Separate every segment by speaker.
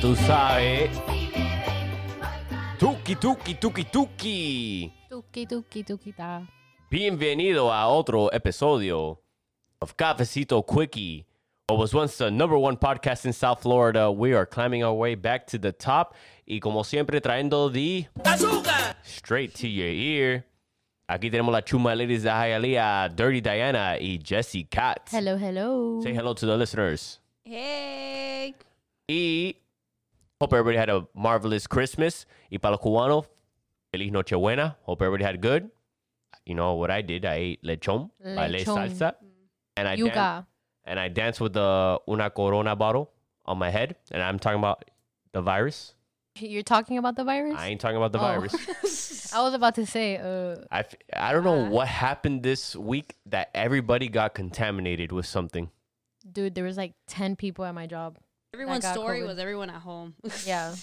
Speaker 1: tú sabes. Tuki, tuki, tuki, tuki.
Speaker 2: Tuki, tuki, tuquita.
Speaker 1: Bienvenido a otro episodio of Cafecito Quickie. What was once the number one podcast in South Florida, we are climbing our way back to the top. Y como siempre, traendo the straight to your ear. Aquí tenemos la chuma ladies de Hialeah, Dirty Diana y Jesse Katz.
Speaker 2: Hello, hello.
Speaker 1: Say hello to the listeners.
Speaker 3: Hey.
Speaker 1: Y hope everybody had a marvelous Christmas. Y para los cubanos, feliz Nochebuena. Hope everybody had good. You know what I did? I ate lechon, bailé
Speaker 2: Lechón.
Speaker 1: salsa, and I dan-
Speaker 2: Yuca.
Speaker 1: and I danced with the una corona bottle on my head. And I'm talking about the virus.
Speaker 2: You're talking about the virus?
Speaker 1: I ain't talking about the
Speaker 2: Oh.
Speaker 1: virus.
Speaker 2: I was about to say, uh,
Speaker 1: I, f- I don't know what happened this week that everybody got contaminated with something.
Speaker 2: dude, there was like 10 people at my job.
Speaker 3: Everyone's
Speaker 2: got
Speaker 3: story
Speaker 2: COVID.
Speaker 3: was everyone at home.
Speaker 2: Yeah.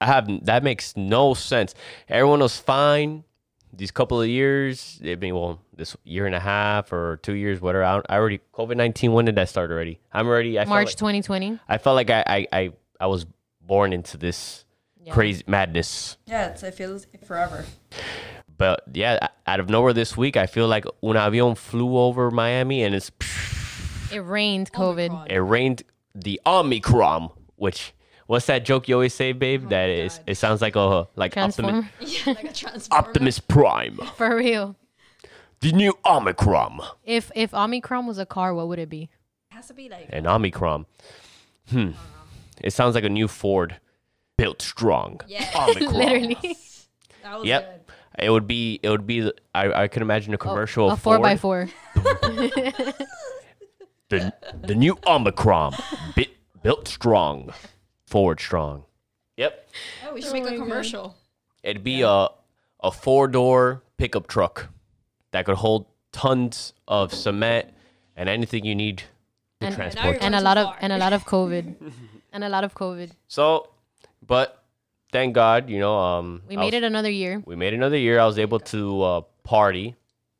Speaker 1: I have that makes no sense. Everyone was fine. These couple of years, I mean, well, this year and a half or two years, whatever. I, don't- I already COVID nineteen. When did that start already? I'm already. I
Speaker 2: March
Speaker 1: Felt
Speaker 2: 2020.
Speaker 1: like, I felt like I, I I I was born into this
Speaker 2: Yeah.
Speaker 1: crazy madness.
Speaker 4: Yeah, it's, it feels forever.
Speaker 1: But yeah, out of nowhere this week, I feel like un avión flew over Miami and it's
Speaker 2: It rained COVID.
Speaker 3: Omicron.
Speaker 1: it rained the Omicron, which. What's that joke you always say,
Speaker 2: Oh
Speaker 1: babe? that is, it sounds like a like Optimus,
Speaker 2: Transform.
Speaker 3: Yeah, like a transformer.
Speaker 1: Optimus Prime.
Speaker 2: For real.
Speaker 1: The new Omicron.
Speaker 2: If if Omicron was a car, what would it be?
Speaker 3: It has to be like
Speaker 1: An Omicron. Hmm. It sounds like a new Ford built strong.
Speaker 3: Yeah.
Speaker 1: Omicron.
Speaker 2: Literally.
Speaker 3: that was
Speaker 1: Yep. It would be. It would be. the- I, I could imagine a commercial.
Speaker 2: Oh, a
Speaker 1: of Ford,
Speaker 2: 4x4. Four
Speaker 1: The the new Omicron bit, built strong, Ford strong. Yep.
Speaker 3: good. Oh, we should make a commercial.
Speaker 1: It'd be a a four door pickup truck that could hold tons of cement and anything you need to
Speaker 2: And-
Speaker 1: transport.
Speaker 3: You're
Speaker 2: and a
Speaker 3: going
Speaker 2: lot
Speaker 3: too
Speaker 2: of
Speaker 3: far.
Speaker 2: and a lot of COVID. and a lot of COVID.
Speaker 1: So, but thank God, you know, um,
Speaker 2: We
Speaker 1: I
Speaker 2: made
Speaker 1: was-
Speaker 2: it another year.
Speaker 1: We made another year. I was able to uh, party.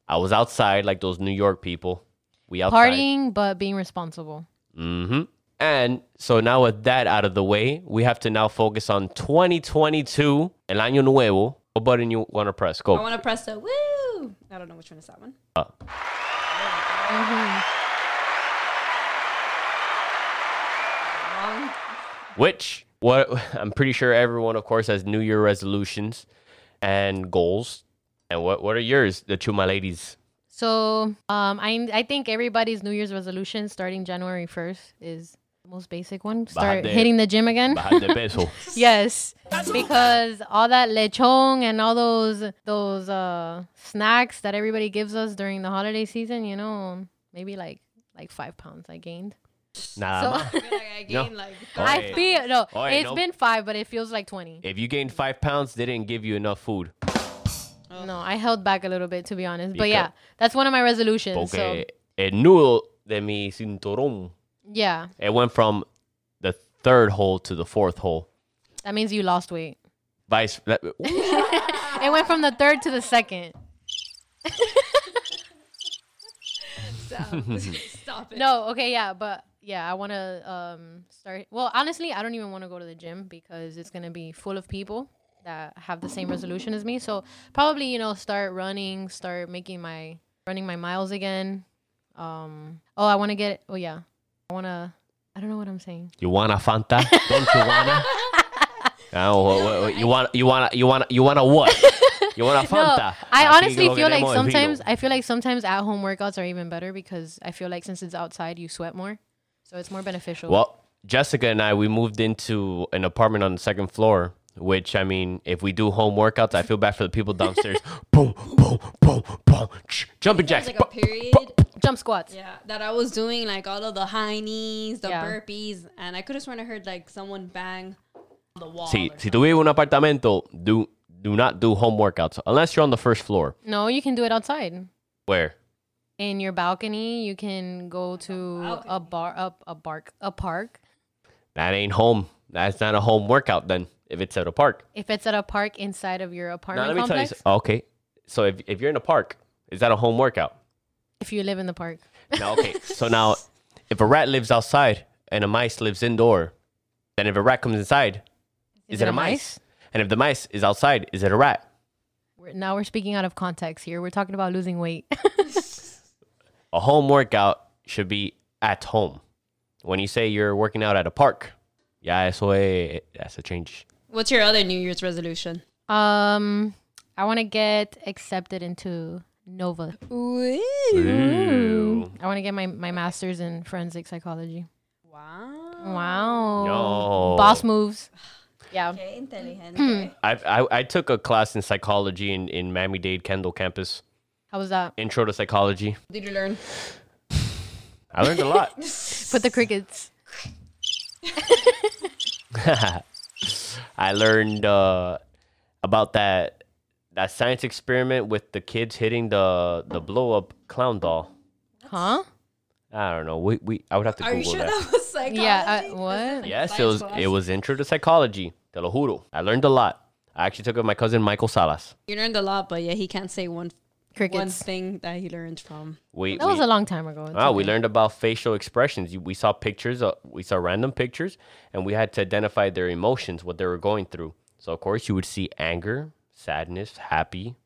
Speaker 1: I was outside like those New York people. We outside.
Speaker 2: Partying but being responsible.
Speaker 1: hmm And so now with that out of the way, we have to now focus on 2022, el año nuevo. What button you want to press?
Speaker 3: I
Speaker 1: Go.
Speaker 3: want to press the woo. I don't know which one is that one.
Speaker 1: Uh.
Speaker 3: Mm-hmm. Wrong.
Speaker 1: Which what I'm pretty sure everyone, of course, has New Year resolutions and goals. And what what are yours, the Chuma ladies?
Speaker 2: So um, I I think everybody's New Year's resolution starting January first is the most basic one. Start
Speaker 1: de-
Speaker 2: hitting the gym again.
Speaker 1: Bajar de peso.
Speaker 2: yes, because all that lechon and all those those uh, snacks that everybody gives us during the holiday season, you know, maybe like like five pounds I gained. So
Speaker 1: Nah.
Speaker 3: I feel like I
Speaker 1: No.
Speaker 3: gained like
Speaker 1: Ah, Oye.
Speaker 2: I feel no,
Speaker 1: Oye,
Speaker 2: it's
Speaker 1: no.
Speaker 2: been five, but it feels like twenty.
Speaker 1: If you gained five pounds, they didn't give you enough food.
Speaker 2: No, I held back a little bit to be honest, but
Speaker 1: Because-
Speaker 2: yeah, that's one of my resolutions. So
Speaker 1: Porque el nudo de mi cinturón,
Speaker 2: yeah,
Speaker 1: it went from the third hole to the fourth hole.
Speaker 2: that means you lost weight.
Speaker 1: Vice. that-
Speaker 2: It went from the third to the second.
Speaker 3: stop. stop it.
Speaker 2: No, okay, yeah, but yeah, I want to um start. Well, honestly, I don't even want to go to the gym because it's gonna be full of people that have the same resolution as me. So probably you know start running, start making my running my miles again. Um. Oh, I want to get. Oh yeah, I want to. I don't know what I'm saying.
Speaker 1: you want a Fanta? Don't you wanna? Oh, what- what- what- you want you want you want you want a what? You want a Fanta?
Speaker 2: No, I
Speaker 1: Aquí
Speaker 2: honestly
Speaker 1: lo que
Speaker 2: feel like
Speaker 1: tenemos es
Speaker 2: sometimes
Speaker 1: vino.
Speaker 2: I feel like sometimes at home workouts are even better because I feel like since it's outside you sweat more, so it's more beneficial.
Speaker 1: Well, Jessica and I we moved into an apartment on the second floor. Which I mean, if we do home workouts, I feel bad for the people downstairs. boom, boom, boom, boom. ch- Jumping
Speaker 3: There's
Speaker 1: jacks.
Speaker 3: like a
Speaker 1: bu-
Speaker 3: period.
Speaker 2: Jump squats.
Speaker 3: Yeah, that I was doing like all of the high knees, the
Speaker 2: Yeah.
Speaker 3: burpees, and I could have sworn I heard like someone bang on the wall.
Speaker 1: Si,
Speaker 3: or
Speaker 1: si tú vives en un apartamento, do do not do home workouts unless you're on the first floor.
Speaker 2: No, you can do it outside.
Speaker 1: Where?
Speaker 2: in your balcony. You can go to a bar, up a bark, a park.
Speaker 1: That ain't home. That's not a home workout then. If it's at a park.
Speaker 2: If it's at a park inside of your apartment
Speaker 1: Now let me
Speaker 2: complex,
Speaker 1: tell you. so- Okay. So if if you're in a park, is that a home workout?
Speaker 2: if you live in the park,
Speaker 1: No. Okay. so now, if a rat lives outside and a mice lives indoor, then if a rat comes inside, Is, it a mice? And if the mice is outside, is it a rat?
Speaker 2: We're, now we're speaking out of context here. We're talking about losing weight.
Speaker 1: A home workout should be at home. When you say you're working out at a park, yeah, eso es, that's a change.
Speaker 3: What's your other New Year's resolution?
Speaker 2: um, I want to get accepted into Nova. Mm.
Speaker 1: Ooh.
Speaker 2: I want to get my, my master's in forensic psychology.
Speaker 3: Wow.
Speaker 2: Wow.
Speaker 1: No.
Speaker 2: Boss moves. Yeah.
Speaker 3: Qué inteligente.
Speaker 1: I, I I took a class in psychology in, in Miami Dade Kendall campus.
Speaker 2: How was that?
Speaker 1: Intro to psychology.
Speaker 3: Did you learn?
Speaker 1: I learned a lot.
Speaker 2: Put the crickets.
Speaker 1: I learned uh, about that that science experiment with the kids hitting the the blow up clown doll.
Speaker 2: Huh?
Speaker 1: I don't know. We, we I would have to
Speaker 3: Are you
Speaker 1: Google
Speaker 3: sure
Speaker 1: that.
Speaker 3: that was psychology?
Speaker 2: Yeah, uh,
Speaker 3: Is
Speaker 2: what?
Speaker 3: this
Speaker 1: yes, it
Speaker 3: science
Speaker 1: was
Speaker 3: class?
Speaker 1: it was intro to psychology. Te lo juro. I learned a lot. I actually took it with my cousin Michael Salas.
Speaker 3: You learned a lot, but yeah, he can't say one one
Speaker 2: Crickets.
Speaker 3: thing that he learned from.
Speaker 1: We
Speaker 2: That
Speaker 1: we,
Speaker 2: was a long time ago. It's
Speaker 1: ah, we
Speaker 2: okay.
Speaker 1: learned about facial expressions. You- We saw pictures. Uh, we saw random pictures, and we had to identify their emotions, what they were going through. So of course, you would see anger, sadness, happy,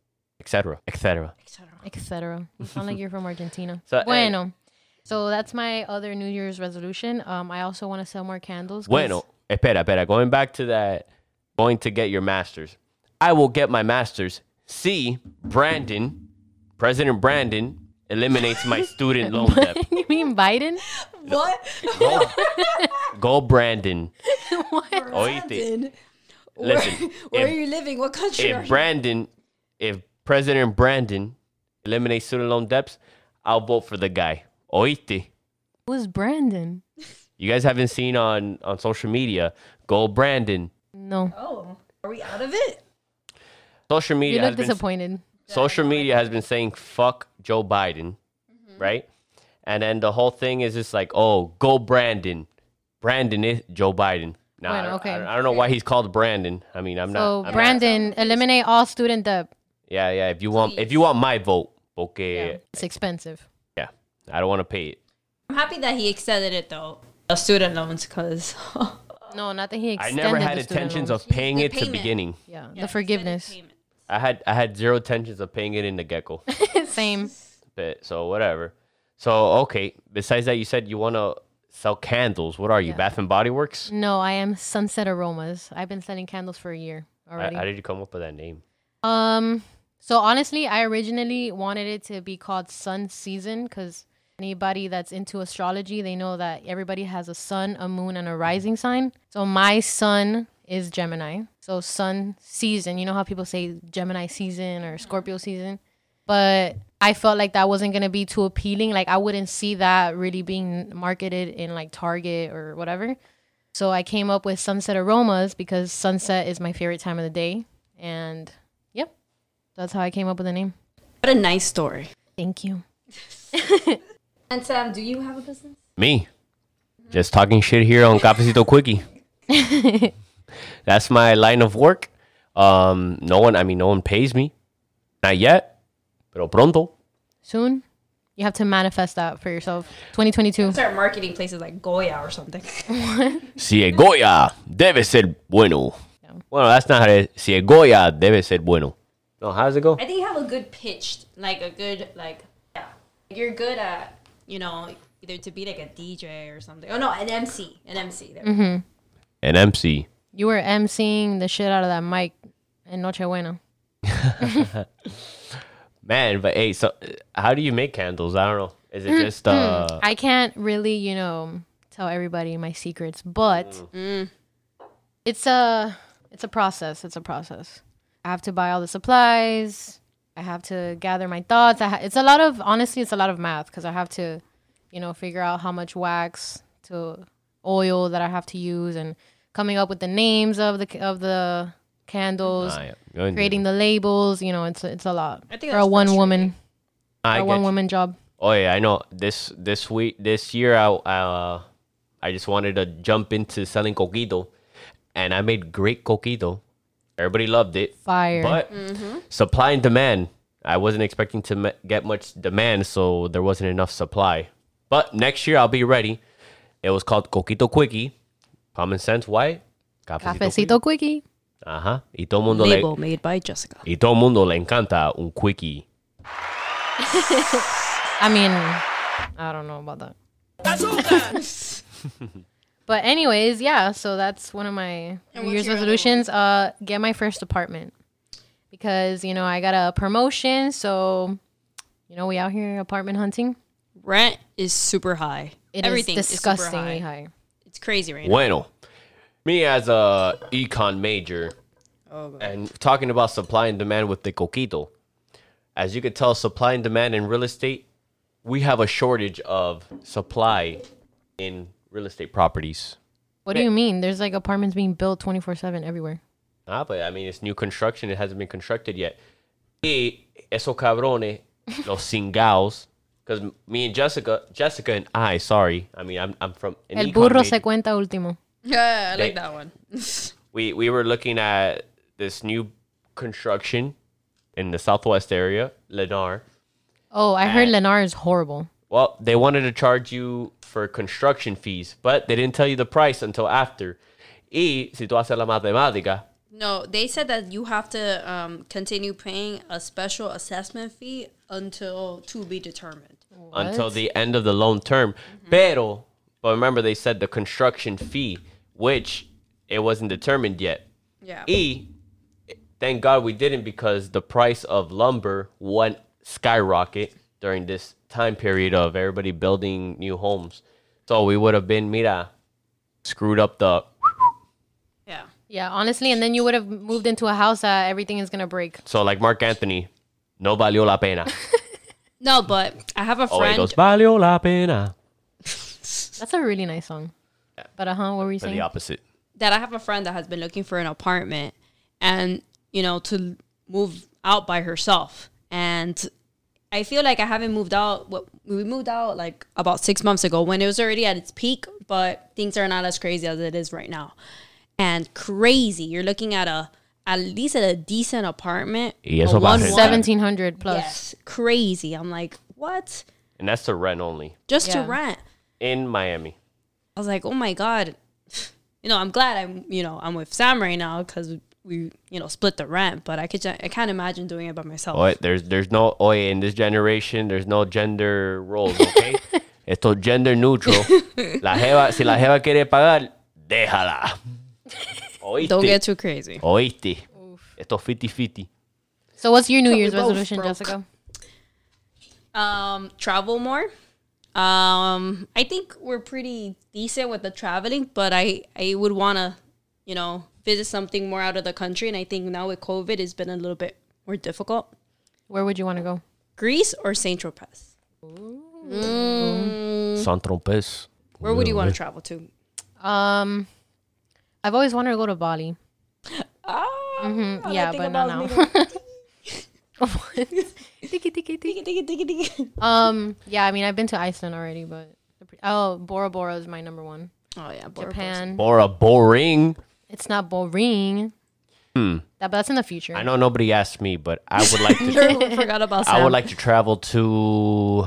Speaker 1: etc., etc.
Speaker 2: etc. You sound like you're from Argentina.
Speaker 1: So, hey.
Speaker 2: bueno. so that's my other New Year's resolution. Um, I also want to sell more candles. 'cause-
Speaker 1: Bueno, espera, espera. Going back to that, going to get your master's. I will get my master's. See, Brandon, President Brandon eliminates my student loan debt.
Speaker 2: you mean Biden?
Speaker 3: What?
Speaker 1: Go, go Brandon.
Speaker 2: what?
Speaker 1: Oíste.
Speaker 3: Where,
Speaker 1: Listen,
Speaker 3: where
Speaker 1: if-
Speaker 3: are you living? What country are
Speaker 1: If
Speaker 3: you?
Speaker 1: Brandon, if President Brandon eliminates student loan debts, I'll vote for the guy. Oíste.
Speaker 2: Who's Brandon?
Speaker 1: You guys haven't seen on on social media. Go Brandon.
Speaker 2: No,
Speaker 3: Oh, are we out of it?
Speaker 1: Social media.
Speaker 2: you look
Speaker 1: has been-
Speaker 2: disappointed.
Speaker 1: social media has been saying fuck Joe Biden,
Speaker 2: Mm-hmm.
Speaker 1: right? And then the whole thing is just like, oh, go Brandon. Brandon is Joe Biden. Now,
Speaker 2: Bueno,
Speaker 1: I, don't,
Speaker 2: okay.
Speaker 1: I don't- I don't know why he's called Brandon. I mean, I'm
Speaker 2: So
Speaker 1: not. I'm not-
Speaker 2: Brandon, eliminate all student debt.
Speaker 1: yeah, yeah. If you want, if you want my vote, okay.
Speaker 2: It's expensive.
Speaker 1: Yeah, I don't want to pay it.
Speaker 3: I'm happy that he accepted it though. The student loans, because
Speaker 2: No, not that he
Speaker 1: I
Speaker 2: extended.
Speaker 1: never had
Speaker 2: the student
Speaker 1: intentions
Speaker 2: loans.
Speaker 1: of paying
Speaker 3: The
Speaker 1: it to
Speaker 3: payment.
Speaker 1: beginning.
Speaker 2: yeah, the forgiveness.
Speaker 1: I had I had zero intentions of paying it in the gecko.
Speaker 2: Same.
Speaker 1: but so whatever. So okay. Besides that, you said you want to sell candles. What are you, Bath and Body Works?
Speaker 2: No, I am Sunset Aromas. I've been selling candles for a year already.
Speaker 1: How did you come up with that name?
Speaker 2: Um. So honestly, I originally wanted it to be called Sun Season because anybody that's into astrology, they know that everybody has a sun, a moon, and a rising sign. So my sun is Gemini. So Sun Season. You know how people say Gemini season or Scorpio season, but I felt like that wasn't gonna be too appealing. Like I wouldn't see that really being marketed in like Target or whatever. So I came up with sunset aromas because sunset is my favorite time of the day. And yep, that's how I came up with the name.
Speaker 3: What a nice story.
Speaker 2: Thank you.
Speaker 3: And Sam, do you have a business?
Speaker 1: Me. Just talking shit here on Cafecito Quickie. That's my line of work. Um, no one, I mean, no one pays me. Not yet, pero pronto.
Speaker 2: Soon, you have to manifest that for yourself. 2022.
Speaker 3: Start marketing places like Goya or something.
Speaker 1: Si es Goya, debe ser bueno. Bueno, that's not how it is. Si es Goya, debe ser bueno. No, how does it go?
Speaker 3: I think you have a good pitch, like a good like. Yeah, you're good at you know either to be like a DJ or something. Oh no, an MC, an MC. There.
Speaker 1: An MC.
Speaker 2: You were emceeing the shit out of that mic in Noche Buena.
Speaker 1: Man, but hey, so uh, how do you make candles? I don't know. Is
Speaker 2: Mm,
Speaker 1: it just, uh,
Speaker 2: I can't really, you know, tell everybody my secrets, but
Speaker 1: Mm.
Speaker 2: Mm. it's a it's a process. It's a process. I have to buy all the supplies. I have to gather my thoughts. I ha- it's a lot of honestly, it's a lot of math because I have to, you know, figure out how much wax to oil that I have to use and coming up with the names of the of the candles,
Speaker 1: ah, yeah. Go ahead.
Speaker 2: creating the labels. You know, it's it's a lot
Speaker 3: I think
Speaker 2: for a
Speaker 3: that's
Speaker 2: one woman
Speaker 1: I
Speaker 2: a
Speaker 1: get
Speaker 2: one
Speaker 1: you.
Speaker 2: woman job.
Speaker 1: Oh yeah, I know. This this week, this year, I uh, I just wanted to jump into selling coquito, and I made great coquito. Everybody loved it,
Speaker 2: Fire.
Speaker 1: but supply and demand. I wasn't expecting to m- get much demand, so there wasn't enough supply. But next year I'll be ready. It was called coquito quickie. Common sense, why? Cafecito.
Speaker 2: Cafecito quickie.
Speaker 1: Ajá. Y todo mundo le,
Speaker 3: Mm-hmm. Label made by Jessica.
Speaker 1: y todo mundo le encanta un quickie.
Speaker 2: I mean, I don't know about that. but anyways, yeah. So that's one of my
Speaker 3: And
Speaker 2: New
Speaker 3: what's
Speaker 2: Year's
Speaker 3: your other one?
Speaker 2: resolutions. Uh, get my first apartment because you know I got a promotion, so you know we out here apartment hunting.
Speaker 3: Rent is super high.
Speaker 2: It is
Speaker 3: Everything is super
Speaker 2: disgustingly
Speaker 3: high.
Speaker 2: high.
Speaker 3: It's crazy right
Speaker 1: Bueno, me as a econ major
Speaker 3: now. Oh, God.
Speaker 1: and talking about supply and demand with the coquito, as you could tell, supply and demand in real estate, we have a shortage of supply in real estate properties.
Speaker 2: What do you mean? There's like apartments being built twenty four seven everywhere.
Speaker 1: Ah, but I mean, it's new construction. It hasn't been constructed yet. Y esos cabrones, los cingaos, because me and Jessica, Jessica and I, sorry, I mean, I'm, I'm from an
Speaker 2: El
Speaker 1: econ
Speaker 2: burro
Speaker 1: major.
Speaker 2: se cuenta último.
Speaker 3: Yeah, I like
Speaker 1: They-
Speaker 3: that one.
Speaker 1: we we were looking at this new construction in the southwest area, Lennar.
Speaker 2: Oh, I heard Lennar is horrible.
Speaker 1: Well, they wanted to charge you for construction fees, but they didn't tell you the price until after. Y si tú haces la matemática,
Speaker 3: no, they said that you have to um, continue paying a special assessment fee until to be determined.
Speaker 1: until the end of the loan term. Pero, but remember they said the construction fee, which it wasn't determined yet.
Speaker 3: Yeah.
Speaker 1: E, thank God we didn't because the price of lumber went skyrocket during this time period of everybody building new homes. So we would have been, mira, screwed up the.
Speaker 3: yeah.
Speaker 2: Yeah, honestly, and then you would have moved into a house that everything is gonna break.
Speaker 1: So like Mark Anthony, no valió la pena.
Speaker 3: No, but I have a
Speaker 1: Oh, it
Speaker 3: friend.
Speaker 1: goes valió la pena.
Speaker 2: That's a really nice song. But uh huh, what were you
Speaker 1: For
Speaker 2: saying?
Speaker 1: the opposite.
Speaker 3: that I have a friend that has been looking for an apartment and, you know, to move out by herself. And I feel like I haven't moved out. what- We moved out like about six months ago when it was already at its peak, but things are not as crazy as it is right now. And crazy, you're looking at a at least at a decent apartment.
Speaker 1: Y
Speaker 3: a
Speaker 1: eso va a rentar.
Speaker 3: one-one.
Speaker 2: Seventeen hundred plus.
Speaker 3: Yes, crazy. I'm like, what?
Speaker 1: And that's the rent only
Speaker 3: Just
Speaker 2: Yeah.
Speaker 3: to rent.
Speaker 1: in Miami.
Speaker 3: I was like, oh my god, you know, I'm glad I'm, you know, I'm with Sam right now because we, you know, split the rent. But I could, ju- I can't imagine doing it by myself.
Speaker 1: Oye, there's there's no oye in this generation. There's no gender roles, okay? Esto es gender neutral. La jeva, si la jeva quiere pagar, déjala. Oíste.
Speaker 3: Don't get too crazy.
Speaker 1: Oíste. Esto es 50-50.
Speaker 2: So what's your New Year's
Speaker 3: we both
Speaker 2: resolution,
Speaker 3: broke.
Speaker 2: Jessica?
Speaker 3: Um, travel more. Um, I think we're pretty decent with the traveling, but I, I would want to, you know, visit something more out of the country. And I think now with COVID, it's been a little bit more difficult.
Speaker 2: Where would you want to go?
Speaker 3: Greece or Saint Tropez.
Speaker 2: Mm.
Speaker 1: San trompes.
Speaker 3: Where would you want to travel to?
Speaker 2: Um, I've always wanted to go to Bali.
Speaker 3: Ah,
Speaker 2: Mhm,
Speaker 3: all I
Speaker 2: yeah,
Speaker 3: think
Speaker 2: but not
Speaker 3: about is
Speaker 2: now.
Speaker 3: me
Speaker 2: Tiki, tiki, tiki.
Speaker 3: going, "Digga, digga, digga, digga."
Speaker 2: um, yeah, I mean I've been to Iceland already, but oh, Bora Bora is my number one.
Speaker 3: Oh yeah, Bora Bora.
Speaker 2: Japan.
Speaker 1: Bora boring.
Speaker 2: It's not boring.
Speaker 1: Hmm.
Speaker 2: That, but that's in the future.
Speaker 1: I know nobody asked me, but I would like to.
Speaker 3: I forgot about Sam.
Speaker 1: I would like to travel to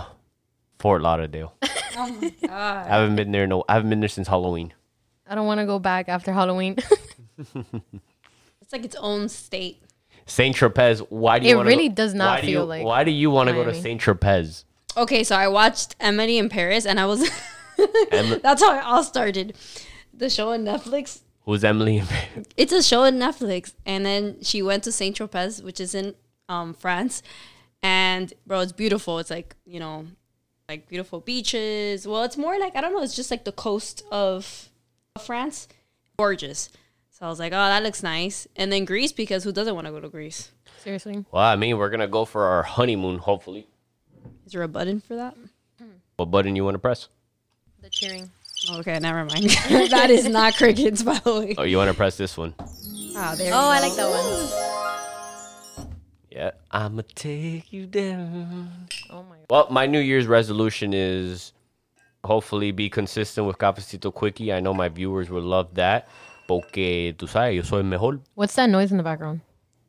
Speaker 1: Fort Lauderdale.
Speaker 3: Oh my
Speaker 1: I
Speaker 3: god.
Speaker 1: haven't been there. No, I haven't been there since Halloween.
Speaker 2: I don't want to go back after Halloween.
Speaker 3: It's like its own state.
Speaker 1: Saint Tropez. Why do you?
Speaker 2: It
Speaker 1: wanna
Speaker 2: really
Speaker 1: go-
Speaker 2: does not
Speaker 1: why do
Speaker 2: feel
Speaker 1: you-
Speaker 2: like
Speaker 1: Why do you want to go to
Speaker 2: Miami.
Speaker 1: Saint Tropez?
Speaker 3: Okay, so I watched Emily in Paris and I was
Speaker 1: Em-
Speaker 3: That's how it all started. The show on Netflix.
Speaker 1: Who's Emily? in Paris?
Speaker 3: It's a show on Netflix and then she went to Saint Tropez, which is in um France. And bro, it's beautiful. It's like, you know, like beautiful beaches. Well, it's more like I don't know, it's just like the coast of France. Gorgeous. So I was like, "Oh, that looks nice." And then Greece because who doesn't want to go to Greece?
Speaker 2: Seriously.
Speaker 1: Well, I mean, we're gonna go for our honeymoon, hopefully.
Speaker 3: Is there a button for that?
Speaker 1: What button you want to press?
Speaker 2: The cheering.
Speaker 3: Okay, never mind. that is not crickets, by the way.
Speaker 1: Oh, you want to press this one?
Speaker 3: Ah, there
Speaker 2: Oh, I like that one.
Speaker 1: Yeah, I'ma take you down.
Speaker 2: Oh my.
Speaker 1: Well, my New Year's resolution is hopefully be consistent with Cafecito Quickie. I know my viewers will love that. Porque tú sabes, yo soy el mejor.
Speaker 2: What's that noise in the background?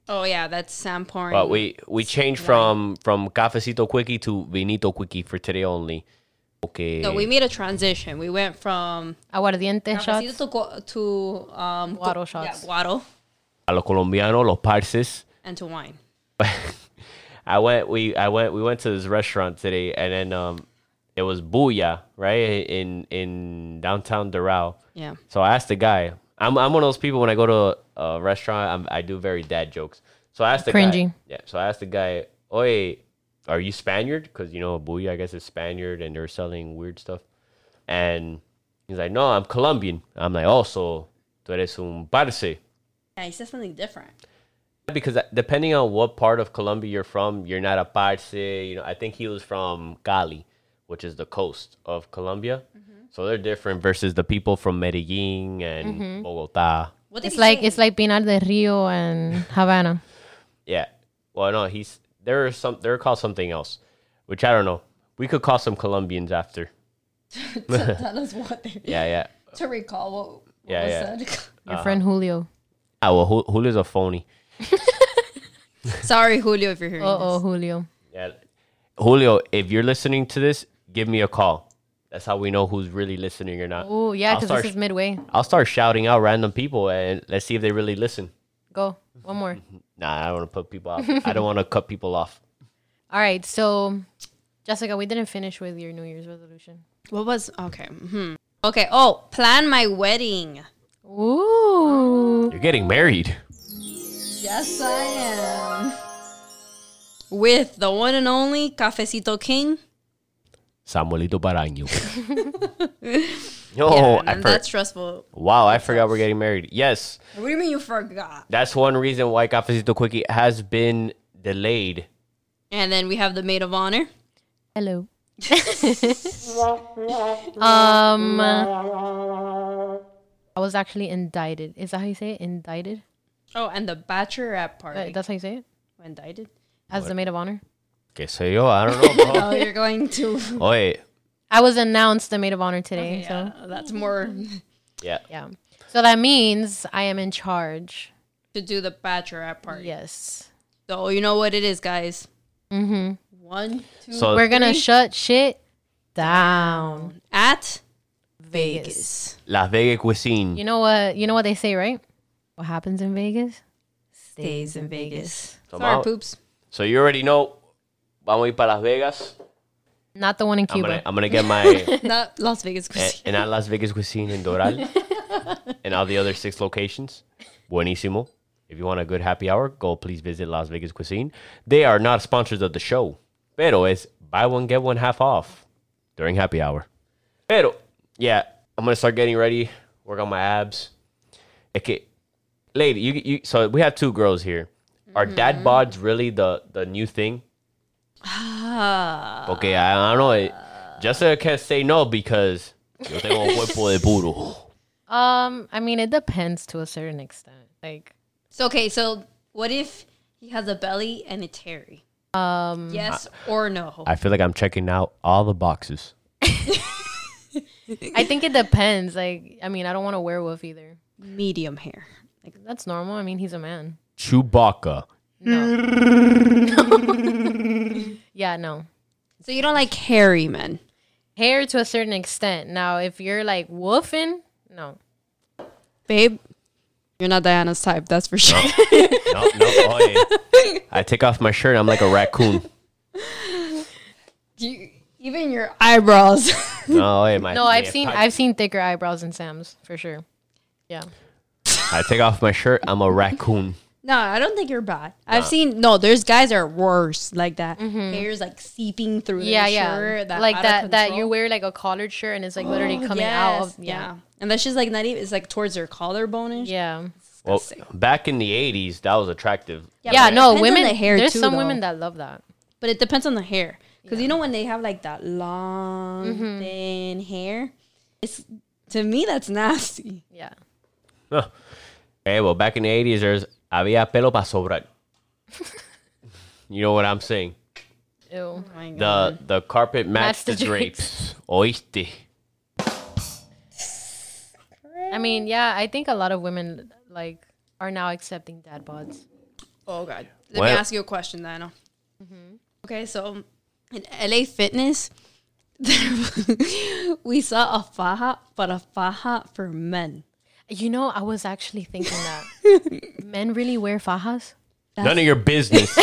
Speaker 3: Oh yeah, that's Sam pouring.
Speaker 1: But we we changed from from Cafecito Quickie to Vinito Quickie for today only. Okay.
Speaker 3: No, we made a transition. We went from
Speaker 2: Aguardiente
Speaker 3: cafecito
Speaker 2: shots.
Speaker 3: to, gu- to um,
Speaker 2: Guaro
Speaker 3: gu-
Speaker 2: shots.
Speaker 3: Yeah, guaro
Speaker 1: A los colombianos, los parces.
Speaker 3: and to wine.
Speaker 1: I went. We I went. We went to this restaurant today, and then um, it was Booyah, right in in downtown Doral.
Speaker 3: Yeah.
Speaker 1: So I asked the guy. I'm I'm one of those people when I go to a restaurant, I'm, I do very dad jokes. So I asked the
Speaker 2: Cringy.
Speaker 1: guy. Yeah. So I asked the guy, "Oi, are you Spaniard? Because you know, Booyah, I guess is Spaniard, and they're selling weird stuff." And he's like, "No, I'm Colombian." I'm like, "Oh, so tú eres un parce."
Speaker 3: Yeah, he said something different.
Speaker 1: because uh, depending on what part of Colombia you're from, you're not a parce. You know, I think he was from Cali, which is the coast of Colombia. So they're different versus the people from Medellin and Bogota.
Speaker 3: What did
Speaker 2: It's
Speaker 3: he
Speaker 2: like
Speaker 3: say?
Speaker 2: it's like Pinar del Rio and Havana.
Speaker 1: Yeah. Well, no, he's there are some they're called something else, which I don't know. We could call some Colombians after.
Speaker 3: to tell us what they
Speaker 1: Yeah, yeah.
Speaker 3: to recall what, what
Speaker 1: Yeah,
Speaker 3: was
Speaker 1: yeah.
Speaker 2: Your
Speaker 1: Uh-huh.
Speaker 2: friend Julio.
Speaker 1: Ah, well, Ju- Julio's a phony.
Speaker 3: said. Sorry, Julio, if you're hearing
Speaker 2: Uh oh, Julio.
Speaker 1: Yeah. Julio, if you're listening to this, give me a call. That's how we know who's really listening or not.
Speaker 2: Oh yeah,
Speaker 1: I'll
Speaker 2: because
Speaker 1: start-
Speaker 2: this is midway.
Speaker 1: I'll start shouting out random people and let's see if they really listen.
Speaker 2: Go one more.
Speaker 1: Nah, I don't want to put people off. I don't want to cut people off.
Speaker 2: All right, so Jessica, we didn't finish with your New Year's resolution.
Speaker 3: this. What was okay? hmm. Okay. Oh, plan my wedding.
Speaker 2: Ooh.
Speaker 1: You're getting married.
Speaker 3: Yes, I am. With the one and only Cafecito King.
Speaker 1: Samuelito Baraño.
Speaker 3: Yeah,
Speaker 1: oh, I
Speaker 3: man,
Speaker 1: for-
Speaker 3: that's stressful.
Speaker 1: wow, I forgot we're getting married. Yes,
Speaker 3: What do you mean you forgot?
Speaker 1: that's one reason why Cafecito Quickie has been delayed.
Speaker 3: And then we have the maid of honor.
Speaker 2: Hello. um, I was actually indicted. Is that how you say it? Indicted?
Speaker 3: Oh, and the bachelorette party.
Speaker 2: Uh, That's how you say it?
Speaker 3: indicted.
Speaker 2: As the maid of honor?
Speaker 1: Que se yo, I don't know,
Speaker 3: Oh, you're going to.
Speaker 1: bro. Oye,
Speaker 2: I was announced the maid of honor today. So,
Speaker 3: yeah, that's more
Speaker 1: yeah.
Speaker 2: yeah. So that means I am in charge.
Speaker 3: to do the bachelorette party.
Speaker 2: Yes.
Speaker 3: So you know what it is, guys. Mm-hmm. One, two,
Speaker 1: So
Speaker 2: We're going to shut shit down.
Speaker 3: at
Speaker 2: Vegas.
Speaker 1: Las Vegas cuisine.
Speaker 2: You know what? You know what they say, right? What happens in Vegas?
Speaker 3: Stays in Vegas.
Speaker 1: So I'm
Speaker 3: Sorry,
Speaker 1: out.
Speaker 3: poops.
Speaker 1: So you already know. Vamos a ir para Las Vegas.
Speaker 2: Not the one in
Speaker 1: I'm
Speaker 2: Cuba.
Speaker 1: gonna, I'm gonna get my
Speaker 3: Not Las Vegas
Speaker 1: and,
Speaker 3: cuisine.
Speaker 1: and at Eh, Las Vegas cuisine in Doral and all the other six locations. Buenísimo. If you want a good happy hour, go please visit Las Vegas Cuisine. They are not sponsors of the show, pero it's buy one get one half off during happy hour. Pero yeah, I'm gonna start getting ready, work on my abs. Okay, lady, you you. So we have two girls here. Are dad bods really the the new thing? Okay, I, I don't know. eh, It- Jessica can't say no because yo tengo un cuerpo de puro.
Speaker 2: Um, I mean, it depends to a certain extent. Like,
Speaker 3: So okay, so what if he has a belly and a terry? Um yes or no.
Speaker 1: I feel like I'm checking out all the boxes.
Speaker 2: I think it depends. Like, I mean, I don't want a werewolf either.
Speaker 3: Medium hair.
Speaker 2: Like, that's normal. I mean, he's a man.
Speaker 1: Chewbacca.
Speaker 2: No. yeah, no.
Speaker 3: So you don't like hairy men.
Speaker 2: Hair to a certain extent. Now, if you're like woofing, no.
Speaker 3: Babe, you're not Diana's type, that's for sure.
Speaker 1: No, no, oh, yeah. I take off my shirt. I'm like a raccoon.
Speaker 3: You- even your eyebrows.
Speaker 1: No, yeah, my,
Speaker 2: No, I've seen
Speaker 1: I,
Speaker 2: I've seen thicker eyebrows than Sam's for sure. Yeah.
Speaker 1: I take off my shirt. I'm a raccoon.
Speaker 3: no, I don't think you're bad. I've seen no, there's guys that are worse like that. Hair's like seeping through
Speaker 2: Mm-hmm. Yeah,
Speaker 3: their
Speaker 2: yeah.
Speaker 3: shirt.
Speaker 2: like
Speaker 3: out of
Speaker 2: that that you
Speaker 3: control. Oh,
Speaker 2: wear like a collared shirt and it's like literally coming out
Speaker 3: Yes,
Speaker 2: of yeah.
Speaker 3: And that's just like not even it's like towards their collarbone. Yeah.
Speaker 2: Yeah.
Speaker 1: Well, back in the 80s, that was attractive.
Speaker 2: Yeah,
Speaker 3: but it
Speaker 2: no,
Speaker 3: depends on
Speaker 2: women
Speaker 3: the hair
Speaker 2: there's
Speaker 3: too,
Speaker 2: some
Speaker 3: though.
Speaker 2: women that love that.
Speaker 3: But it depends on the hair. Because you know when they have like that long,
Speaker 2: Mm-hmm.
Speaker 3: thin hair? It's to me that's nasty.
Speaker 2: Yeah.
Speaker 1: Huh. Hey, Eh, well, back in the 80s, there's había pelo para sobrar. you know what I'm saying?
Speaker 2: Ew.
Speaker 3: Oh my
Speaker 1: The
Speaker 3: God.
Speaker 1: the carpet matched
Speaker 2: Matched the
Speaker 1: the drapes. Oiste.
Speaker 2: I mean, yeah, I think a lot of women like are now accepting dad bods.
Speaker 3: Oh god. Let
Speaker 1: Well-
Speaker 3: me ask you a question, Diana. Okay, so in LA Fitness, we saw a faja, but a faja for men.
Speaker 2: You know, I was actually thinking that men really wear fajas.
Speaker 1: None of your business.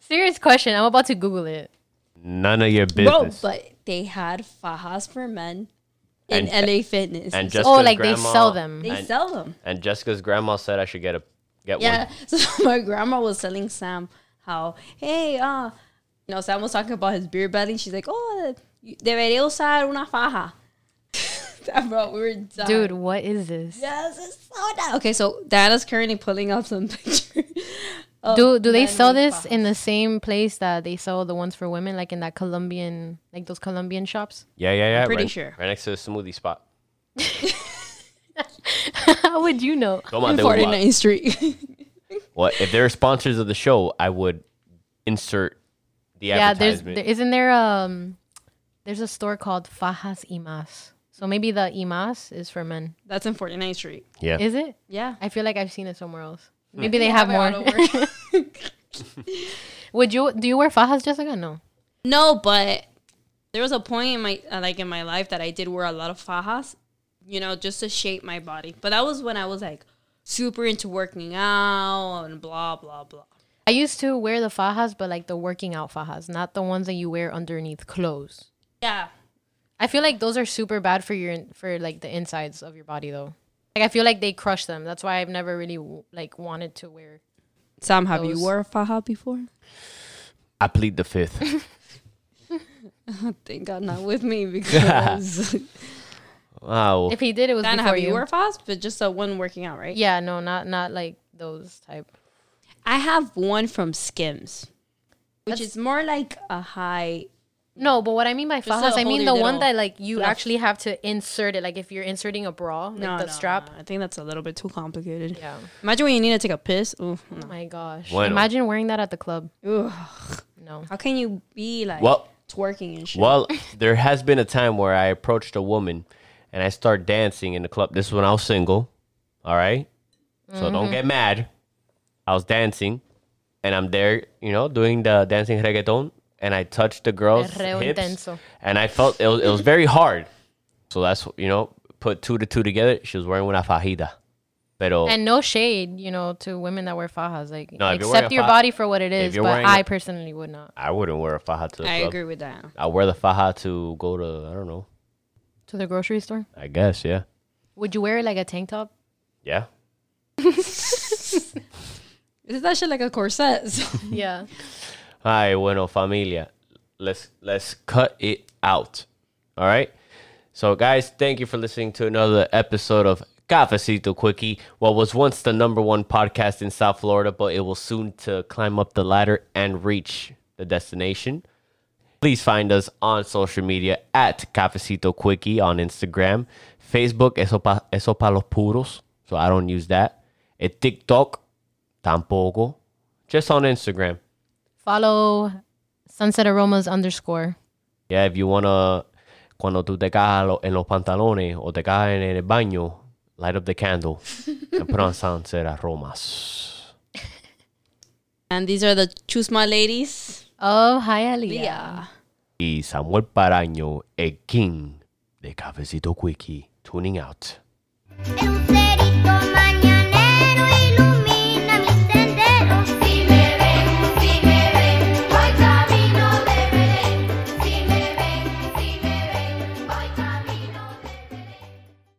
Speaker 2: Serious question. I'm about to Google it.
Speaker 1: None of your
Speaker 3: Bro,
Speaker 1: business.
Speaker 3: but they had fajas for men in
Speaker 1: And-
Speaker 3: LA Fitness.
Speaker 1: and
Speaker 3: so
Speaker 1: just
Speaker 2: oh,
Speaker 1: because
Speaker 2: like they
Speaker 1: grandma-
Speaker 2: sell them.
Speaker 3: they
Speaker 1: and-
Speaker 3: sell them.
Speaker 1: And Jessica's grandma said I should get a get
Speaker 3: Yeah.
Speaker 1: one.
Speaker 3: So my grandma was telling Sam how, hey, uh, you know, Sam was talking about his beer belly. She's like, oh, you- debería usar una faja. That bro, we were done.
Speaker 2: Dude, what is this?
Speaker 3: Yes, it's so dumb. Okay, so Dana's currently pulling up some pictures.
Speaker 2: do do they
Speaker 3: men
Speaker 2: sell
Speaker 3: with
Speaker 2: this
Speaker 3: fajas.
Speaker 2: in the same place that they sell the ones for women, like in that Colombian, like those Colombian shops?
Speaker 1: Yeah, yeah, yeah.
Speaker 3: pretty
Speaker 1: right,
Speaker 3: sure.
Speaker 1: Right next to the smoothie spot.
Speaker 2: How would you know?
Speaker 1: Come on, they would lie.
Speaker 3: 49th Street.
Speaker 1: Well, if they're sponsors of the show, I would insert the
Speaker 2: Yeah, there's
Speaker 1: advertisement.
Speaker 2: there, isn't there um there's a store called Fajas y Mas. So maybe the Imas is for men.
Speaker 3: That's in 49th Street.
Speaker 1: yeah.
Speaker 2: Is it?
Speaker 3: Yeah.
Speaker 2: I feel like I've seen it somewhere else. Maybe they have more. Would you do you wear fajas, Jessica? No.
Speaker 3: no, but there was a point in my uh, like in my life that I did wear a lot of fajas, you know, just to shape my body. But that was when I was like super into working out and blah blah blah.
Speaker 2: I used to wear the fajas, but like the working out fajas, not the ones that you wear underneath clothes.
Speaker 3: Yeah.
Speaker 2: I feel like those are super bad for your for like the insides of your body though. Like I feel like they crush them. That's why I've never really like wanted to wear.
Speaker 3: Sam, have
Speaker 2: Those-
Speaker 3: you wore a faja before?
Speaker 1: I plead the fifth.
Speaker 3: Thank God, not with me because
Speaker 1: Wow.
Speaker 2: If he did, it was
Speaker 3: Dana,
Speaker 2: before
Speaker 3: have
Speaker 2: you.
Speaker 3: you wore fajas? But just the one working out, right?
Speaker 2: yeah, no, not not like those type.
Speaker 3: I have one from Skims, which
Speaker 2: That's-
Speaker 3: is more like a high.
Speaker 2: No, but what I mean by
Speaker 3: a
Speaker 2: fajas, I mean
Speaker 3: holy
Speaker 2: the one
Speaker 3: little
Speaker 2: that like you
Speaker 3: fluff.
Speaker 2: actually have to insert it. Like if you're inserting a bra, like the strap.
Speaker 3: I think that's a little bit too complicated.
Speaker 2: Yeah.
Speaker 3: Imagine when you need to take a piss. Ooh, no.
Speaker 2: Oh my gosh.
Speaker 1: Bueno.
Speaker 2: Imagine wearing that at the club.
Speaker 3: Ooh.
Speaker 2: No.
Speaker 3: How can you be like
Speaker 1: Well-
Speaker 3: twerking and shit?
Speaker 1: Well, there has been a time where I approached a woman and I started dancing in the club. This is when I was single. All right. So don't get mad. I was dancing and I'm there, you know, doing the dancing reggaeton and I touched the girl's
Speaker 2: Perreo
Speaker 1: hips
Speaker 2: intenso.
Speaker 1: and I felt it was, it was very hard. So that's, you know, put two to two together. She was wearing una fajita. Pero
Speaker 2: And no shade, you know, to women that wear fajas. Like
Speaker 1: Oh. No, if you're wearing
Speaker 2: accept
Speaker 1: a
Speaker 2: your
Speaker 1: fa-
Speaker 2: body for what it is,
Speaker 1: you're
Speaker 2: but
Speaker 1: wearing a-
Speaker 2: I personally would not.
Speaker 1: I wouldn't wear a faja to the
Speaker 3: I
Speaker 1: club.
Speaker 3: agree with that.
Speaker 1: I wear the faja to go to, I don't know,
Speaker 2: To the grocery store?
Speaker 1: I guess, yeah.
Speaker 2: Would you wear like a tank top?
Speaker 1: Yeah.
Speaker 3: Is that shit like a corset?
Speaker 2: Yeah.
Speaker 1: Hi, bueno, familia. Let's let's cut it out. All right. So, guys, thank you for listening to another episode of Cafecito Quickie. What was once the number one podcast in South Florida, but it will soon to climb up the ladder and reach the destination. Please find us on social media at Cafecito Quickie on Instagram, Facebook, eso pa, eso pa los puros. So I don't use that. And TikTok, tampoco. Just on Instagram.
Speaker 2: Follow sunset aromas underscore.
Speaker 1: Yeah, if you wanna, cuando tú te cagas lo- en los pantalones o te cagas en el baño, light up the candle and put on sunset aromas.
Speaker 3: and these are the Chusma ladies.
Speaker 2: Oh, hi Aliyah.
Speaker 1: Y Samuel Paraño, el king de Cafecito Quickie, tuning out.
Speaker 4: Es un cerito mágico